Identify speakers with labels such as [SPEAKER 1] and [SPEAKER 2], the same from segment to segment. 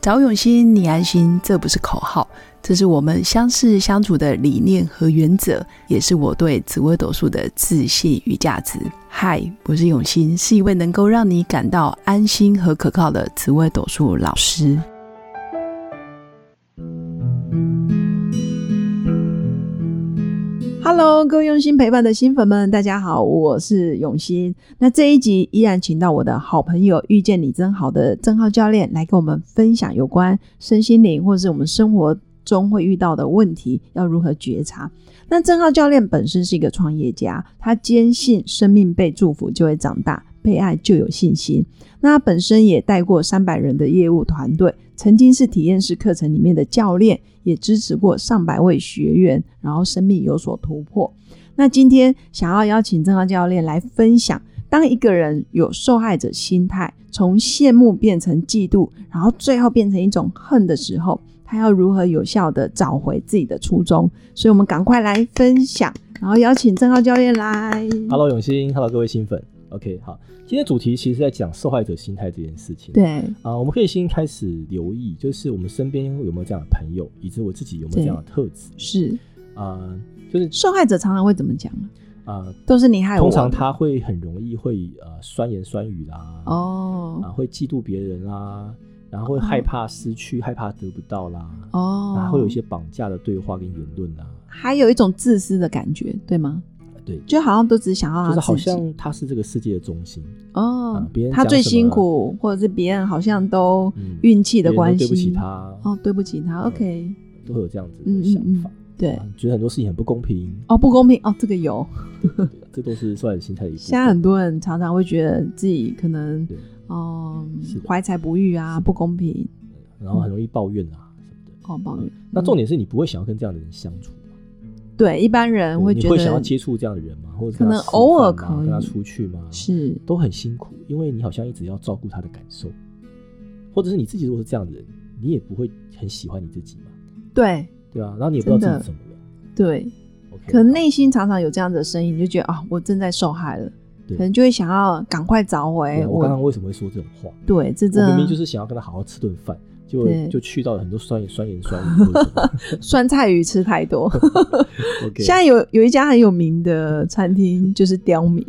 [SPEAKER 1] 找永新，你安心，这不是口号，这是我们相识相处的理念和原则，也是我对紫微斗数的自信与价值。嗨，我是永新，是一位能够让你感到安心和可靠的紫微斗数老师。Hello，各位用心陪伴的新粉们，大家好，我是永新。那这一集依然请到我的好朋友遇见你真好的郑浩教练来跟我们分享有关身心灵或者是我们生活中会遇到的问题要如何觉察。那郑浩教练本身是一个创业家，他坚信生命被祝福就会长大，被爱就有信心。那他本身也带过三百人的业务团队，曾经是体验式课程里面的教练，也支持过上百位学员，然后生命有所突破。那今天想要邀请郑浩教练来分享，当一个人有受害者心态，从羡慕变成嫉妒，然后最后变成一种恨的时候，他要如何有效的找回自己的初衷？所以，我们赶快来分享，然后邀请郑浩教练来。
[SPEAKER 2] Hello，永兴，Hello，各位新粉。OK，好，今天主题其实在讲受害者心态这件事情。
[SPEAKER 1] 对，
[SPEAKER 2] 啊、我们可以先开始留意，就是我们身边有没有这样的朋友，以及我自己有没有这样的特质。
[SPEAKER 1] 是
[SPEAKER 2] 啊、就是
[SPEAKER 1] 受害者常常会怎么讲啊？
[SPEAKER 2] 啊、
[SPEAKER 1] 都是你害我。
[SPEAKER 2] 通常他会很容易会呃酸言酸语啦，啊、
[SPEAKER 1] 哦
[SPEAKER 2] 会嫉妒别人啦，然后会害怕失去，害怕得不到啦，
[SPEAKER 1] 哦，
[SPEAKER 2] 然后啊会有一些绑架的对话跟言论啦。
[SPEAKER 1] 还有一种自私的感觉，对吗？
[SPEAKER 2] 对，
[SPEAKER 1] 就好像都只想要他
[SPEAKER 2] 就是好
[SPEAKER 1] 啊自己
[SPEAKER 2] 像他是这个世界的中心，
[SPEAKER 1] 哦
[SPEAKER 2] 啊别，人
[SPEAKER 1] 他
[SPEAKER 2] 讲
[SPEAKER 1] 最
[SPEAKER 2] 什
[SPEAKER 1] 辛
[SPEAKER 2] 么
[SPEAKER 1] 苦，或者是别人好像都
[SPEAKER 2] 嗯
[SPEAKER 1] 运气
[SPEAKER 2] 你
[SPEAKER 1] 的关系，
[SPEAKER 2] 对不起他，
[SPEAKER 1] 哦，对不起他
[SPEAKER 2] 嗯
[SPEAKER 1] ，OK，
[SPEAKER 2] 都会有这样子
[SPEAKER 1] 嗯嗯
[SPEAKER 2] 的想
[SPEAKER 1] 嗯
[SPEAKER 2] 法。
[SPEAKER 1] 对
[SPEAKER 2] 啊，觉得很多事情很不 公平，啊
[SPEAKER 1] 哦，不公平，哦，这个有，
[SPEAKER 2] 这都是受害者心态的一部
[SPEAKER 1] 现在很
[SPEAKER 2] 分。
[SPEAKER 1] 多人常常会觉得自己可能
[SPEAKER 2] 对，
[SPEAKER 1] 哦
[SPEAKER 2] 是的
[SPEAKER 1] 怀才不遇啊，不公平，
[SPEAKER 2] 然后很容易抱怨啊什么的。
[SPEAKER 1] 哦，抱怨。
[SPEAKER 2] 那重
[SPEAKER 1] 点
[SPEAKER 2] 点是你不会想要跟这样的人相处吗，
[SPEAKER 1] 对一般人会
[SPEAKER 2] 你
[SPEAKER 1] 嗯觉
[SPEAKER 2] 会想要
[SPEAKER 1] 得
[SPEAKER 2] 接触这样的人吗？或者
[SPEAKER 1] 可
[SPEAKER 2] 跟他
[SPEAKER 1] 能
[SPEAKER 2] 吃饭
[SPEAKER 1] 偶尔
[SPEAKER 2] 吗
[SPEAKER 1] 可
[SPEAKER 2] 跟他
[SPEAKER 1] 以
[SPEAKER 2] 出去吗？
[SPEAKER 1] 是
[SPEAKER 2] 都很辛苦，因为你好像一直要照顾他的感受，或者是你自己如果是这样的人，你也不会很喜欢你自己嘛，
[SPEAKER 1] 对
[SPEAKER 2] 对啊，然后你也不知道
[SPEAKER 1] 真的
[SPEAKER 2] 自己怎么了。
[SPEAKER 1] 对，
[SPEAKER 2] OK，
[SPEAKER 1] 可能内心常常有这样子的声音，你就觉得啊，我正在受害了，可
[SPEAKER 2] 对
[SPEAKER 1] 能就会想要赶快找
[SPEAKER 2] 对
[SPEAKER 1] 回
[SPEAKER 2] 啊我刚刚为什么会说这种话？
[SPEAKER 1] 对，这真
[SPEAKER 2] 我
[SPEAKER 1] 的
[SPEAKER 2] 明明就是想要跟他好好吃顿饭，就
[SPEAKER 1] 对
[SPEAKER 2] 就去到了很多酸言酸言酸语或者什 么。
[SPEAKER 1] 酸菜鱼吃太 多。
[SPEAKER 2] OK，
[SPEAKER 1] 现在有有一家很有名的餐厅，就是刁民，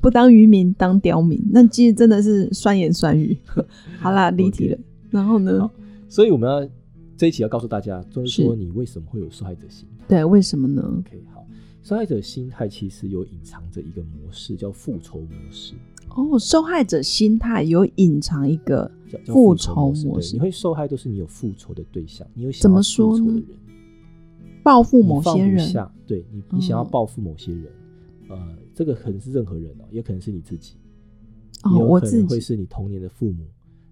[SPEAKER 1] 不当渔民当刁民，那其实真的是酸言酸 语。好啦，离题了。然后呢
[SPEAKER 2] 好？所以我们要这一期要告诉大家，就是说
[SPEAKER 1] 是
[SPEAKER 2] 你为什么会有受害者心态。
[SPEAKER 1] 对，为什么呢？
[SPEAKER 2] OK，好，受害者心态其实有隐藏着一个模式，叫复仇模式，
[SPEAKER 1] 哦，受害者心态有隐藏一个
[SPEAKER 2] 叫叫
[SPEAKER 1] 复
[SPEAKER 2] 复
[SPEAKER 1] 仇
[SPEAKER 2] 仇模式。
[SPEAKER 1] 模
[SPEAKER 2] 对
[SPEAKER 1] 式
[SPEAKER 2] 你会受害，都是你有复仇的对象，你有想
[SPEAKER 1] 怎么
[SPEAKER 2] 要
[SPEAKER 1] 说
[SPEAKER 2] 复仇的
[SPEAKER 1] 呢
[SPEAKER 2] 人，
[SPEAKER 1] 报复
[SPEAKER 2] 你
[SPEAKER 1] 某
[SPEAKER 2] 放
[SPEAKER 1] 些
[SPEAKER 2] 不
[SPEAKER 1] 人，
[SPEAKER 2] 下，对你，你想要
[SPEAKER 1] 嗯
[SPEAKER 2] 报复某些人，呃，这个可能是任何人哦，也可能是你自己，
[SPEAKER 1] 哦，
[SPEAKER 2] 也有
[SPEAKER 1] 我
[SPEAKER 2] 可
[SPEAKER 1] 自
[SPEAKER 2] 能会
[SPEAKER 1] 己嗯
[SPEAKER 2] 是你童年的父母。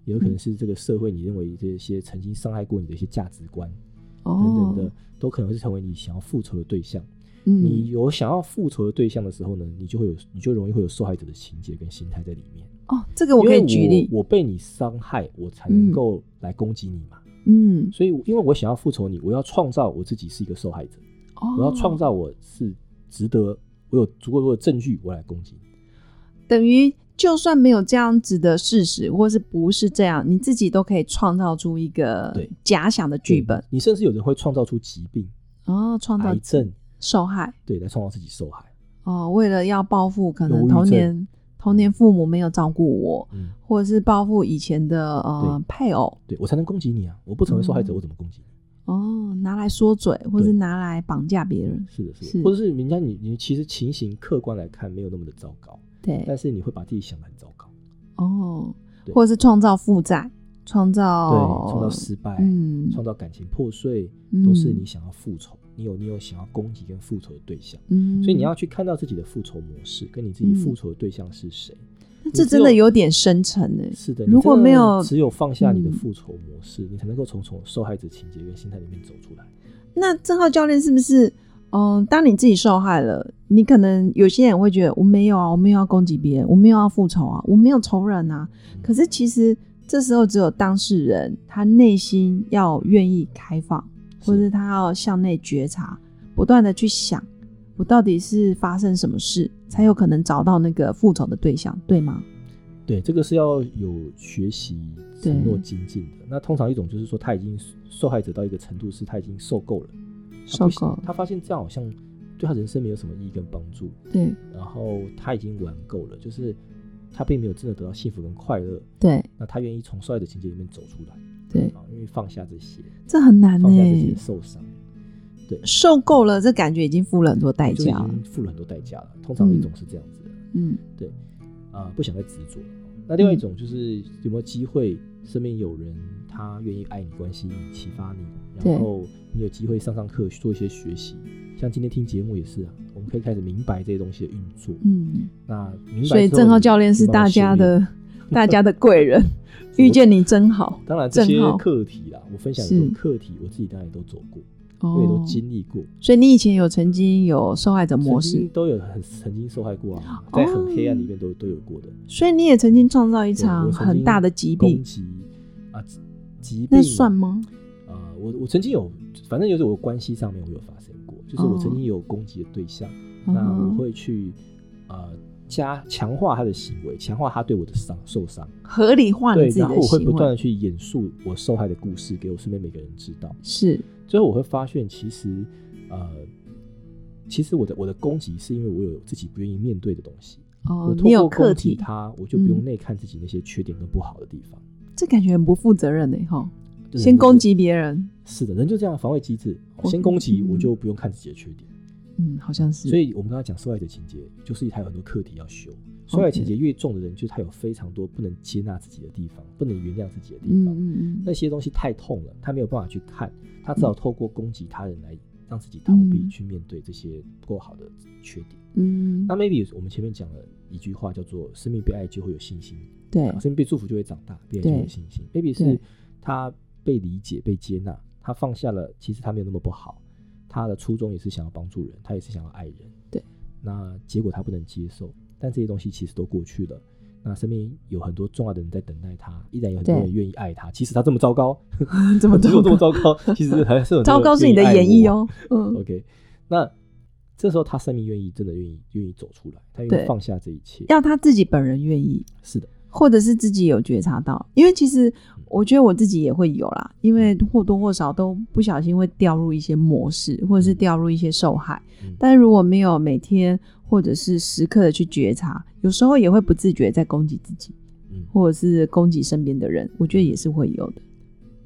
[SPEAKER 2] 也有可能是这个社会，你认为这些曾经伤害过你的一些价值观等
[SPEAKER 1] 哦
[SPEAKER 2] 等，的，都可能会成为你想要复仇的对象。你
[SPEAKER 1] 嗯，
[SPEAKER 2] 有想要复仇的对象的时候呢，你就会有，你就容易会有受害者的情节跟心态在里面。
[SPEAKER 1] 哦，这个我可以
[SPEAKER 2] 因为
[SPEAKER 1] 举例，
[SPEAKER 2] 我被你伤害，我才
[SPEAKER 1] 嗯
[SPEAKER 2] 能够来攻击你嘛。
[SPEAKER 1] 嗯，
[SPEAKER 2] 所以我，因为我想要复仇你，我要创造我自己是一个受害者，
[SPEAKER 1] 哦，
[SPEAKER 2] 我要创造我是值得，我有足够多的证据，我来攻击你。
[SPEAKER 1] 等于就算没有这样子的事实，或是不是这样，你自己都可以创造出一个
[SPEAKER 2] 对
[SPEAKER 1] 假想的剧本，
[SPEAKER 2] 你甚至有人会创造出疾病、
[SPEAKER 1] 哦，创造
[SPEAKER 2] 嗯癌症，
[SPEAKER 1] 受害
[SPEAKER 2] 对，来创造自己受害。
[SPEAKER 1] 哦，为了要报复可
[SPEAKER 2] 忧
[SPEAKER 1] 能
[SPEAKER 2] 郁
[SPEAKER 1] 童
[SPEAKER 2] 症
[SPEAKER 1] 年童年父母没有照顾我，
[SPEAKER 2] 嗯，
[SPEAKER 1] 或者是报复以前的呃配偶
[SPEAKER 2] 对我才能攻击你啊！我不成为受害者，
[SPEAKER 1] 嗯
[SPEAKER 2] 我怎么攻击你？
[SPEAKER 1] 哦，拿来说嘴，或是
[SPEAKER 2] 对
[SPEAKER 1] 拿来绑架别人，
[SPEAKER 2] 是的，是的，
[SPEAKER 1] 是
[SPEAKER 2] 或者是人家你你其实情形客观来看没有那么的糟糕，
[SPEAKER 1] 对
[SPEAKER 2] 但是你会把自己想得很糟糕。
[SPEAKER 1] 哦，
[SPEAKER 2] 对
[SPEAKER 1] 或者是创造负债，创
[SPEAKER 2] 对，
[SPEAKER 1] 造
[SPEAKER 2] 创造失败，
[SPEAKER 1] 哦嗯
[SPEAKER 2] 创造感情破碎，
[SPEAKER 1] 嗯
[SPEAKER 2] 都是你想要复仇，你有你有想要攻击跟复仇的对象，
[SPEAKER 1] 嗯，
[SPEAKER 2] 所以你要去看到自己的复仇模式，跟你自己复仇的对象是谁。
[SPEAKER 1] 那这
[SPEAKER 2] 你只
[SPEAKER 1] 真
[SPEAKER 2] 有
[SPEAKER 1] 的有点深沉哎、
[SPEAKER 2] 是的，
[SPEAKER 1] 如果
[SPEAKER 2] 你
[SPEAKER 1] 没
[SPEAKER 2] 真的
[SPEAKER 1] 有
[SPEAKER 2] 只有放下你的
[SPEAKER 1] 嗯
[SPEAKER 2] 复仇模式，你才能够从从受害者情节跟心态里面走出来。
[SPEAKER 1] 那郑浩教练是不是，嗯、当你自己受害了，你可能有些人会觉得我没有啊，我没有要攻击别人，我没有要复仇啊，我没有仇人啊。可是其实这时候只有当事人他内心要愿意开放，或是他要向内觉察，不断的去想，我到底是发生什么事，才有可能找到那个复仇的对象，对吗？
[SPEAKER 2] 对，这个是要有学习、
[SPEAKER 1] 对
[SPEAKER 2] 承诺、精进的。那通常一种就是说，他已经受害者到一个程度，是他已经受够了，他
[SPEAKER 1] 受
[SPEAKER 2] 不喜
[SPEAKER 1] 够，
[SPEAKER 2] 他发现这样好像对他人生没有什么意义跟帮助，
[SPEAKER 1] 对
[SPEAKER 2] 然后他已经玩够了，就是他并没有真的得到幸福跟快乐。
[SPEAKER 1] 对
[SPEAKER 2] 那他愿意从受害者情节里面走出来
[SPEAKER 1] 对，
[SPEAKER 2] 啊，因为放下这些，
[SPEAKER 1] 这很难呢、
[SPEAKER 2] 放下自己的受伤，
[SPEAKER 1] 受够了，这感觉已经付了很多代
[SPEAKER 2] 就已
[SPEAKER 1] 价了。
[SPEAKER 2] 经付了很多代价了。通常一种是这样子的。
[SPEAKER 1] 嗯，
[SPEAKER 2] 啊、不想再执着了。那另外一种就是有没有机会，身边有人他愿意爱你、关心你、启发你，
[SPEAKER 1] 对
[SPEAKER 2] 然后你有机会上上课做一些学习。像今天听节目也是啊，我们可以开始明白这些东西的运作。
[SPEAKER 1] 嗯，
[SPEAKER 2] 那明白，
[SPEAKER 1] 所以郑浩教练是大家， 的大家的贵人，
[SPEAKER 2] 我
[SPEAKER 1] 遇见你真好
[SPEAKER 2] 当然这些
[SPEAKER 1] 正浩
[SPEAKER 2] 课题啦，我分享的
[SPEAKER 1] 是
[SPEAKER 2] 课题，我自己当然也都走过，我也
[SPEAKER 1] 哦
[SPEAKER 2] 都。经历过，
[SPEAKER 1] 所以你以前有曾经有受害者模
[SPEAKER 2] 曾经
[SPEAKER 1] 式，哦
[SPEAKER 2] 都有很曾经受害过啊，在很黑暗里面都、都有过的
[SPEAKER 1] 所以你也曾经创造一
[SPEAKER 2] 对我
[SPEAKER 1] 场
[SPEAKER 2] 曾
[SPEAKER 1] 很
[SPEAKER 2] 经
[SPEAKER 1] 大的疾
[SPEAKER 2] 攻
[SPEAKER 1] 病，
[SPEAKER 2] 击啊，疾病
[SPEAKER 1] 那算吗？
[SPEAKER 2] 呃，我我曾经有，反正就是我关系上面我有发生过，就是我
[SPEAKER 1] 哦
[SPEAKER 2] 曾经有攻击的对象，那我
[SPEAKER 1] 嗯哼
[SPEAKER 2] 会去呃加强化他的行为，强化他对我的伤受伤，
[SPEAKER 1] 合理化你
[SPEAKER 2] 对，
[SPEAKER 1] 自己
[SPEAKER 2] 然后
[SPEAKER 1] 的
[SPEAKER 2] 我会
[SPEAKER 1] 行
[SPEAKER 2] 不断
[SPEAKER 1] 为，
[SPEAKER 2] 的去演述我受害的故事给我身边每个人知道，
[SPEAKER 1] 是
[SPEAKER 2] 最后我会发现其实呃。其实我的我的攻击是因为我有自己不愿意面对的东西，我
[SPEAKER 1] 哦，
[SPEAKER 2] 透
[SPEAKER 1] 你有
[SPEAKER 2] 过
[SPEAKER 1] 课
[SPEAKER 2] 攻击
[SPEAKER 1] 题，
[SPEAKER 2] 他，我就不用
[SPEAKER 1] 嗯
[SPEAKER 2] 内看自己那些缺点跟不好的地方。
[SPEAKER 1] 这感觉很不负责任的哈。
[SPEAKER 2] 就是
[SPEAKER 1] 先
[SPEAKER 2] 人就是
[SPEAKER 1] 攻击别人，
[SPEAKER 2] 是的，人就这样防卫机制，
[SPEAKER 1] 我
[SPEAKER 2] 先攻击
[SPEAKER 1] 嗯
[SPEAKER 2] 我就不用看自己的缺点。
[SPEAKER 1] 嗯，好像是，
[SPEAKER 2] 所
[SPEAKER 1] 以
[SPEAKER 2] 以我们刚才讲受害者情节，就是他有很多课题要修。受害者情节越重的人，就是他有非常多不能接纳自己的地方，不能原谅自己的地
[SPEAKER 1] 嗯
[SPEAKER 2] 方。
[SPEAKER 1] 嗯
[SPEAKER 2] 那
[SPEAKER 1] 嗯，
[SPEAKER 2] 些东西太痛了，他没有办法去看，他只好透过攻击他人来让自己逃避，
[SPEAKER 1] 嗯
[SPEAKER 2] 去面对这些不够好的缺点。
[SPEAKER 1] 嗯
[SPEAKER 2] 那 maybe 我们前面讲了一句话，叫做“生命被爱就会有信心”，
[SPEAKER 1] 对
[SPEAKER 2] 啊，生命被祝福就会长大，变得就有信心。maybe
[SPEAKER 1] 对
[SPEAKER 2] 是他被理解、被接纳，他放下了，其实他没有那么不好，他的初衷也是想要帮助人，他也是想要爱人。
[SPEAKER 1] 对，
[SPEAKER 2] 那结果他不能接受，但这些东西其实都过去了。那身边有很多重要的人在等待他，依然有很多
[SPEAKER 1] 对
[SPEAKER 2] 人愿意爱他。其实他这么糟糕，
[SPEAKER 1] 这么
[SPEAKER 2] 其实我这么
[SPEAKER 1] 糟糕，
[SPEAKER 2] 糟糕，其实还是很多人
[SPEAKER 1] 糟糕是你的
[SPEAKER 2] 愿意爱
[SPEAKER 1] 演绎
[SPEAKER 2] 我。
[SPEAKER 1] 哦，嗯，
[SPEAKER 2] OK，那这时候他生命愿意，真的愿意愿意走出来，他愿
[SPEAKER 1] 对
[SPEAKER 2] 意放下这一切。
[SPEAKER 1] 要他自己本人愿意，
[SPEAKER 2] 是的，
[SPEAKER 1] 或者是自己有觉察到，因为其实我觉得我自己也会有啦，因为或多或少都不小心会掉入一些模式，或者是掉入一些受害。
[SPEAKER 2] 嗯
[SPEAKER 1] 但如果没有每天或者是时刻的去觉察，有时候也会不自觉在攻击自己，
[SPEAKER 2] 嗯，
[SPEAKER 1] 或者是攻击身边的人，我觉得也是会有的。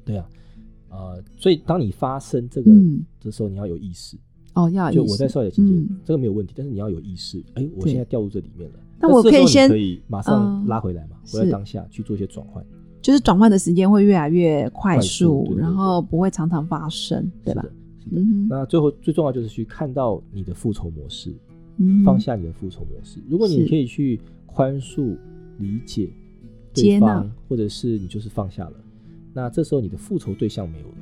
[SPEAKER 2] 对啊，呃，所以当你发生这个
[SPEAKER 1] 嗯
[SPEAKER 2] 的时候，你要有意识。
[SPEAKER 1] 哦，要
[SPEAKER 2] 就
[SPEAKER 1] 有意
[SPEAKER 2] 我在
[SPEAKER 1] 识。
[SPEAKER 2] 受害者情节，
[SPEAKER 1] 嗯
[SPEAKER 2] 这个没有问题，但是你要有意识，哎、我
[SPEAKER 1] 对
[SPEAKER 2] 现在掉入这里面了。
[SPEAKER 1] 那
[SPEAKER 2] 但
[SPEAKER 1] 我
[SPEAKER 2] 这
[SPEAKER 1] 可
[SPEAKER 2] 时
[SPEAKER 1] 以
[SPEAKER 2] 候你
[SPEAKER 1] 先
[SPEAKER 2] 可以马上
[SPEAKER 1] 嗯
[SPEAKER 2] 拉回来嘛，
[SPEAKER 1] 是
[SPEAKER 2] 回来当下去做一些转换，
[SPEAKER 1] 就是转换的时间会越来越快
[SPEAKER 2] 快
[SPEAKER 1] 速，
[SPEAKER 2] 速对对
[SPEAKER 1] 然
[SPEAKER 2] 对
[SPEAKER 1] 后不会常常发生，对吧
[SPEAKER 2] 是？的？是的
[SPEAKER 1] 嗯哼
[SPEAKER 2] 那最后最重要就是去看到你的复仇模式，
[SPEAKER 1] 嗯，
[SPEAKER 2] 放下你的复仇模式。如果
[SPEAKER 1] 是
[SPEAKER 2] 你可以去宽恕、理解
[SPEAKER 1] 接
[SPEAKER 2] 对
[SPEAKER 1] 纳
[SPEAKER 2] 方，或者是你就是放下了，那这时候你的复仇对象没有了，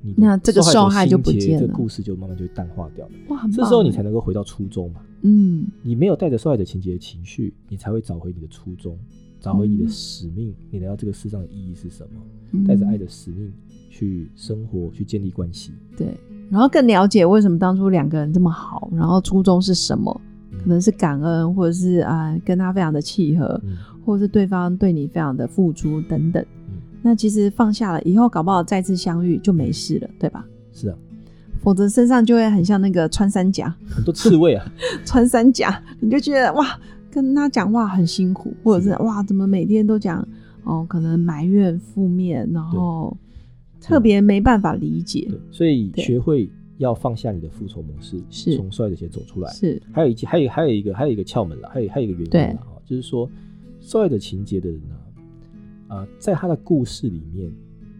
[SPEAKER 2] 你的
[SPEAKER 1] 那这个受害
[SPEAKER 2] 者
[SPEAKER 1] 就不
[SPEAKER 2] 情节
[SPEAKER 1] 见
[SPEAKER 2] 这
[SPEAKER 1] 了
[SPEAKER 2] 个故事就慢慢就淡化掉了。
[SPEAKER 1] 哇，很棒
[SPEAKER 2] 这时候你才
[SPEAKER 1] 哎
[SPEAKER 2] 能够回到初衷嘛。
[SPEAKER 1] 嗯
[SPEAKER 2] 你没有带着受害者情节的情绪，你才会找回你的初衷，找回你
[SPEAKER 1] 嗯
[SPEAKER 2] 的使命，你来到这个世上的意义是什么？带着爱
[SPEAKER 1] 的
[SPEAKER 2] 的使命去生活，去建立关系。
[SPEAKER 1] 对，然后更了解为什么当初两个人这么好，然后初衷是什么。
[SPEAKER 2] 嗯
[SPEAKER 1] 可能是感恩，或者是啊、跟他非常的契合，
[SPEAKER 2] 嗯，
[SPEAKER 1] 或者是对方对你非常的付出等等。
[SPEAKER 2] 嗯
[SPEAKER 1] 那其实放下了以后，搞不好再次相遇就没事了，对吧？
[SPEAKER 2] 是啊，
[SPEAKER 1] 否则身上就会很像那个穿山甲，
[SPEAKER 2] 很多刺猬啊，
[SPEAKER 1] 穿山甲，你就觉得哇，跟他讲话很辛苦，或者是哇，怎么每天都讲哦，可能埋怨负面，然后特别没办法理解
[SPEAKER 2] 对，，所以
[SPEAKER 1] 对
[SPEAKER 2] 学会要放下你的复仇模式，
[SPEAKER 1] 是
[SPEAKER 2] 从受害者情节走出来。
[SPEAKER 1] 是
[SPEAKER 2] 还有一件，还有还有一个还有一个窍门啦，还有还有一个
[SPEAKER 1] 对
[SPEAKER 2] 原因啦，哈，就是说受害者情节的人呢、啊，呃，在他的故事里面，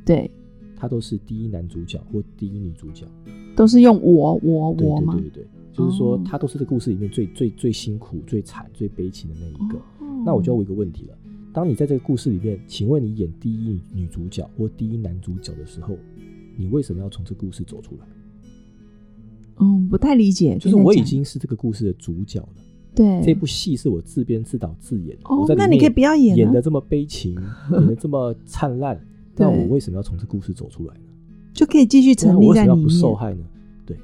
[SPEAKER 1] 对，
[SPEAKER 2] 他都是第一男主角或第一女主角。
[SPEAKER 1] 都是用我我
[SPEAKER 2] 对
[SPEAKER 1] 我
[SPEAKER 2] 对
[SPEAKER 1] 吗
[SPEAKER 2] 对？对对，就是说
[SPEAKER 1] 哦
[SPEAKER 2] 他都是这故事里面最最最辛苦、最惨、最悲情的那一个。
[SPEAKER 1] 哦
[SPEAKER 2] 那我就要问一个问题了：当你在这个故事里面，请问你演第一女主角或第一男主角的时候，你为什么要从这故事走出来？
[SPEAKER 1] 嗯不太理解，
[SPEAKER 2] 就是
[SPEAKER 1] 可以再
[SPEAKER 2] 我已
[SPEAKER 1] 讲
[SPEAKER 2] 经是这个故事的主角了，
[SPEAKER 1] 对
[SPEAKER 2] 这部戏是我自编自导自演的，
[SPEAKER 1] 哦
[SPEAKER 2] 我在，里
[SPEAKER 1] 那
[SPEAKER 2] 面
[SPEAKER 1] 你可以不要演
[SPEAKER 2] 演
[SPEAKER 1] 了
[SPEAKER 2] 的，这么悲情，演的这么 灿烂，
[SPEAKER 1] 对
[SPEAKER 2] 那我为什么要从这故事走出来呢？
[SPEAKER 1] 就可以继续
[SPEAKER 2] 那
[SPEAKER 1] 成
[SPEAKER 2] 我
[SPEAKER 1] 立
[SPEAKER 2] 为什
[SPEAKER 1] 在
[SPEAKER 2] 么要
[SPEAKER 1] 里
[SPEAKER 2] 不受
[SPEAKER 1] 面。
[SPEAKER 2] 害呢？对，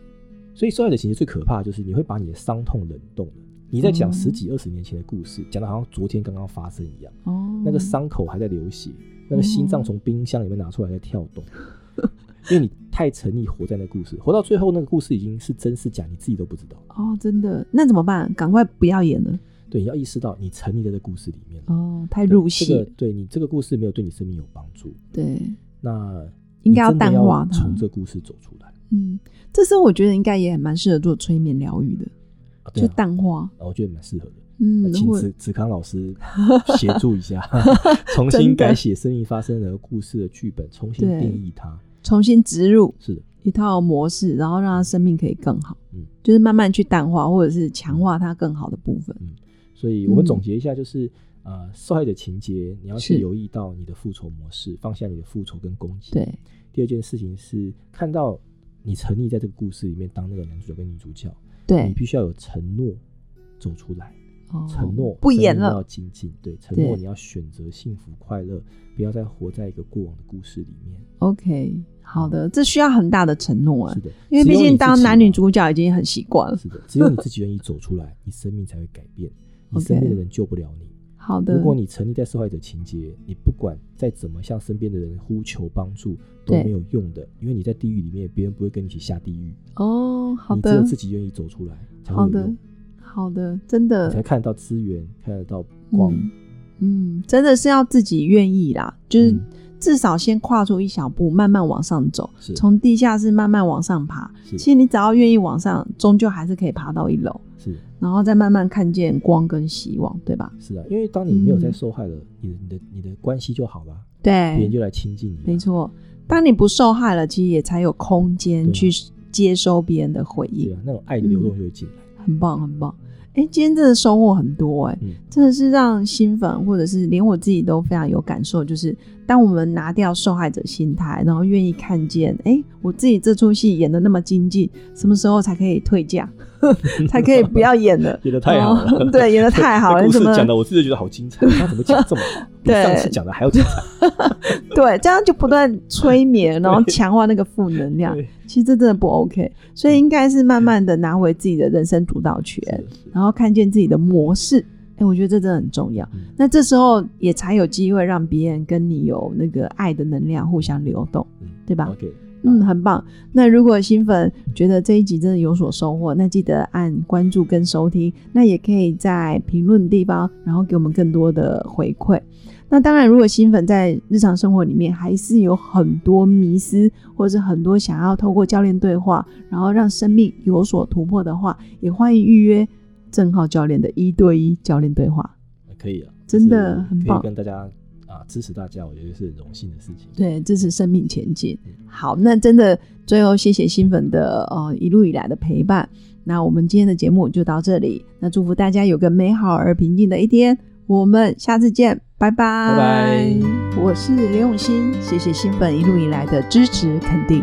[SPEAKER 2] 所以受害者情节最可怕的就是你会把你的伤痛冷冻了。你在讲
[SPEAKER 1] 哦
[SPEAKER 2] 十几二十年前的故事，讲的好像昨天刚刚发生一样，
[SPEAKER 1] 哦，
[SPEAKER 2] 那个伤口还在流血，那个心脏从冰箱里面拿出来在跳动，因为你太沉溺活在那故事，活到最后那个故事已经是真是假，你自己都不知道。
[SPEAKER 1] 哦，真的，那怎么办？赶快不要演了
[SPEAKER 2] 对，你要意识到你沉溺在这故事里面了，
[SPEAKER 1] 哦，太入
[SPEAKER 2] 这
[SPEAKER 1] 戏
[SPEAKER 2] 个
[SPEAKER 1] 了，
[SPEAKER 2] 对你这个故事没有对你生命有帮助，
[SPEAKER 1] 对，
[SPEAKER 2] 那
[SPEAKER 1] 应该要
[SPEAKER 2] 你真的
[SPEAKER 1] 淡化它
[SPEAKER 2] 从。这故事走出来。
[SPEAKER 1] 嗯，这时候我觉得应该也蛮适合做催眠疗愈的，
[SPEAKER 2] 啊对
[SPEAKER 1] 就
[SPEAKER 2] 啊，
[SPEAKER 1] 淡化。
[SPEAKER 2] 啊我觉得蛮适合的。呃
[SPEAKER 1] 嗯，
[SPEAKER 2] 请
[SPEAKER 1] 或
[SPEAKER 2] 子子康老师 协助一下，重
[SPEAKER 1] 真
[SPEAKER 2] 新
[SPEAKER 1] 的
[SPEAKER 2] 改写生命发生的故事的剧本，重新
[SPEAKER 1] 对
[SPEAKER 2] 定义它。
[SPEAKER 1] 重新植入
[SPEAKER 2] 是的，
[SPEAKER 1] 一套模式，然后让他生命可以更好。
[SPEAKER 2] 嗯
[SPEAKER 1] 就是慢慢去淡化，或者是强化它更好的部分。
[SPEAKER 2] 所以我们
[SPEAKER 1] 嗯
[SPEAKER 2] 总结一下，就是、呃，受害者情节，你要
[SPEAKER 1] 是
[SPEAKER 2] 去留意到你的复仇模式，放下你的复仇跟攻击。
[SPEAKER 1] 对，
[SPEAKER 2] 第二件事情是看到你沉溺在这个故事里面，当那个男主角跟女主角，你
[SPEAKER 1] 对，
[SPEAKER 2] 必须要有承诺走出来，
[SPEAKER 1] 哦
[SPEAKER 2] 承诺
[SPEAKER 1] 不演
[SPEAKER 2] 生命要
[SPEAKER 1] 了。
[SPEAKER 2] 精进，对，承诺
[SPEAKER 1] 对
[SPEAKER 2] 你要选择幸福快乐，不要再活在一个过往的故事里面。
[SPEAKER 1] OK，好的，这需要很大的承诺啊
[SPEAKER 2] 是，的，
[SPEAKER 1] 因为
[SPEAKER 2] 只有
[SPEAKER 1] 毕竟
[SPEAKER 2] 你自
[SPEAKER 1] 当
[SPEAKER 2] 己
[SPEAKER 1] 男女
[SPEAKER 2] 嘛
[SPEAKER 1] 主角已经很习惯了。
[SPEAKER 2] 是的，只有你自己愿意走出来，你生命才会改 变，你
[SPEAKER 1] OK
[SPEAKER 2] 身边的人救不了你。
[SPEAKER 1] 好的
[SPEAKER 2] 如，果你沉溺在受害者情节，你不管再怎么向身边的人呼求帮助都
[SPEAKER 1] 对
[SPEAKER 2] 没有用的，因为你在地狱里面，别人不会跟你一起下地狱。
[SPEAKER 1] 哦，好
[SPEAKER 2] 你只有
[SPEAKER 1] 的，
[SPEAKER 2] 自己愿意走出来才会
[SPEAKER 1] 好
[SPEAKER 2] 有
[SPEAKER 1] 的
[SPEAKER 2] 用，，
[SPEAKER 1] 好的，真的
[SPEAKER 2] 你才，看得到资源，看得到光。
[SPEAKER 1] 嗯嗯，真的是要自己愿意啦，就是
[SPEAKER 2] 嗯
[SPEAKER 1] 至少先跨出一小步，慢慢往上走，
[SPEAKER 2] 是
[SPEAKER 1] 从地下室慢慢往上爬。
[SPEAKER 2] 是
[SPEAKER 1] 其实你只要愿意往上，终究还是可以爬到一楼，
[SPEAKER 2] 是
[SPEAKER 1] 然后再慢慢看见光跟希望，对吧？
[SPEAKER 2] 是啊，因为当你没有在
[SPEAKER 1] 嗯
[SPEAKER 2] 受害了，你的你的你的关系就好了，别人
[SPEAKER 1] 对，
[SPEAKER 2] 就来亲近你。
[SPEAKER 1] 没，错。当你不受害了，其实也才有空间
[SPEAKER 2] 对啊
[SPEAKER 1] 去接收别人的回
[SPEAKER 2] 对
[SPEAKER 1] 应，
[SPEAKER 2] 啊，那种爱的流动就会进来。
[SPEAKER 1] 很棒，很棒。哎、今天真的收获很多哎、
[SPEAKER 2] 嗯
[SPEAKER 1] 真的是让新粉或者是连我自己都非常有感受，就是当我们拿掉受害者心态，然后愿意看见，哎、我自己这出戏演的那么精进，什么时候才可以退价， 才可以不要演了？
[SPEAKER 2] 演的太好了，
[SPEAKER 1] 哦对，演的太好了，你
[SPEAKER 2] 这故
[SPEAKER 1] 怎
[SPEAKER 2] 事
[SPEAKER 1] 么
[SPEAKER 2] 讲的我自己觉得好精 彩，他怎么讲这么好，比
[SPEAKER 1] 对
[SPEAKER 2] 上次讲的还要精彩。
[SPEAKER 1] 对，这样就不断催 眠，然后强化那个负能量，
[SPEAKER 2] 对嗯
[SPEAKER 1] 其实这真的不 OK，所以应该是慢慢的拿回自己的人生主导权，
[SPEAKER 2] 是的是的
[SPEAKER 1] 然后看见自己的模式。哎、我觉得这真的很重要。
[SPEAKER 2] 嗯
[SPEAKER 1] 那这时候也才有机会让别人跟你有那个爱的能量互相流动，
[SPEAKER 2] 嗯
[SPEAKER 1] 对吧？
[SPEAKER 2] OK，
[SPEAKER 1] 嗯，很棒。那如果新粉觉得这一集真的有所收获，那记得按关注跟收听，那也可以在评论地方，然后给我们更多的回馈。那当然，如果新粉在日常生活里面还是有很多迷思，或者是很多想要透过教练对话，然后让生命有所突破的话，也欢迎预约郑浩教练的一对一教练对话。
[SPEAKER 2] 可以啊，
[SPEAKER 1] 真的很
[SPEAKER 2] 就是可
[SPEAKER 1] 棒
[SPEAKER 2] 以跟大家啊支持大家，我觉得是很荣幸的事情。
[SPEAKER 1] 对，支持生命前进。好，那真的最后谢谢新粉的呃一路以来的陪伴。那我们今天的节目就到这里，那祝福大家有个美好而平静的一天。我们下次见，拜拜。
[SPEAKER 2] 拜拜
[SPEAKER 1] 我是刘永新，谢谢新粉一路以来的支持肯定。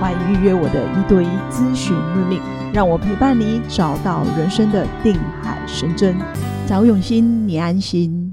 [SPEAKER 1] 欢迎预约我的一对一咨询论命，让我陪伴你找到人生的定海神针。找永新，你安心。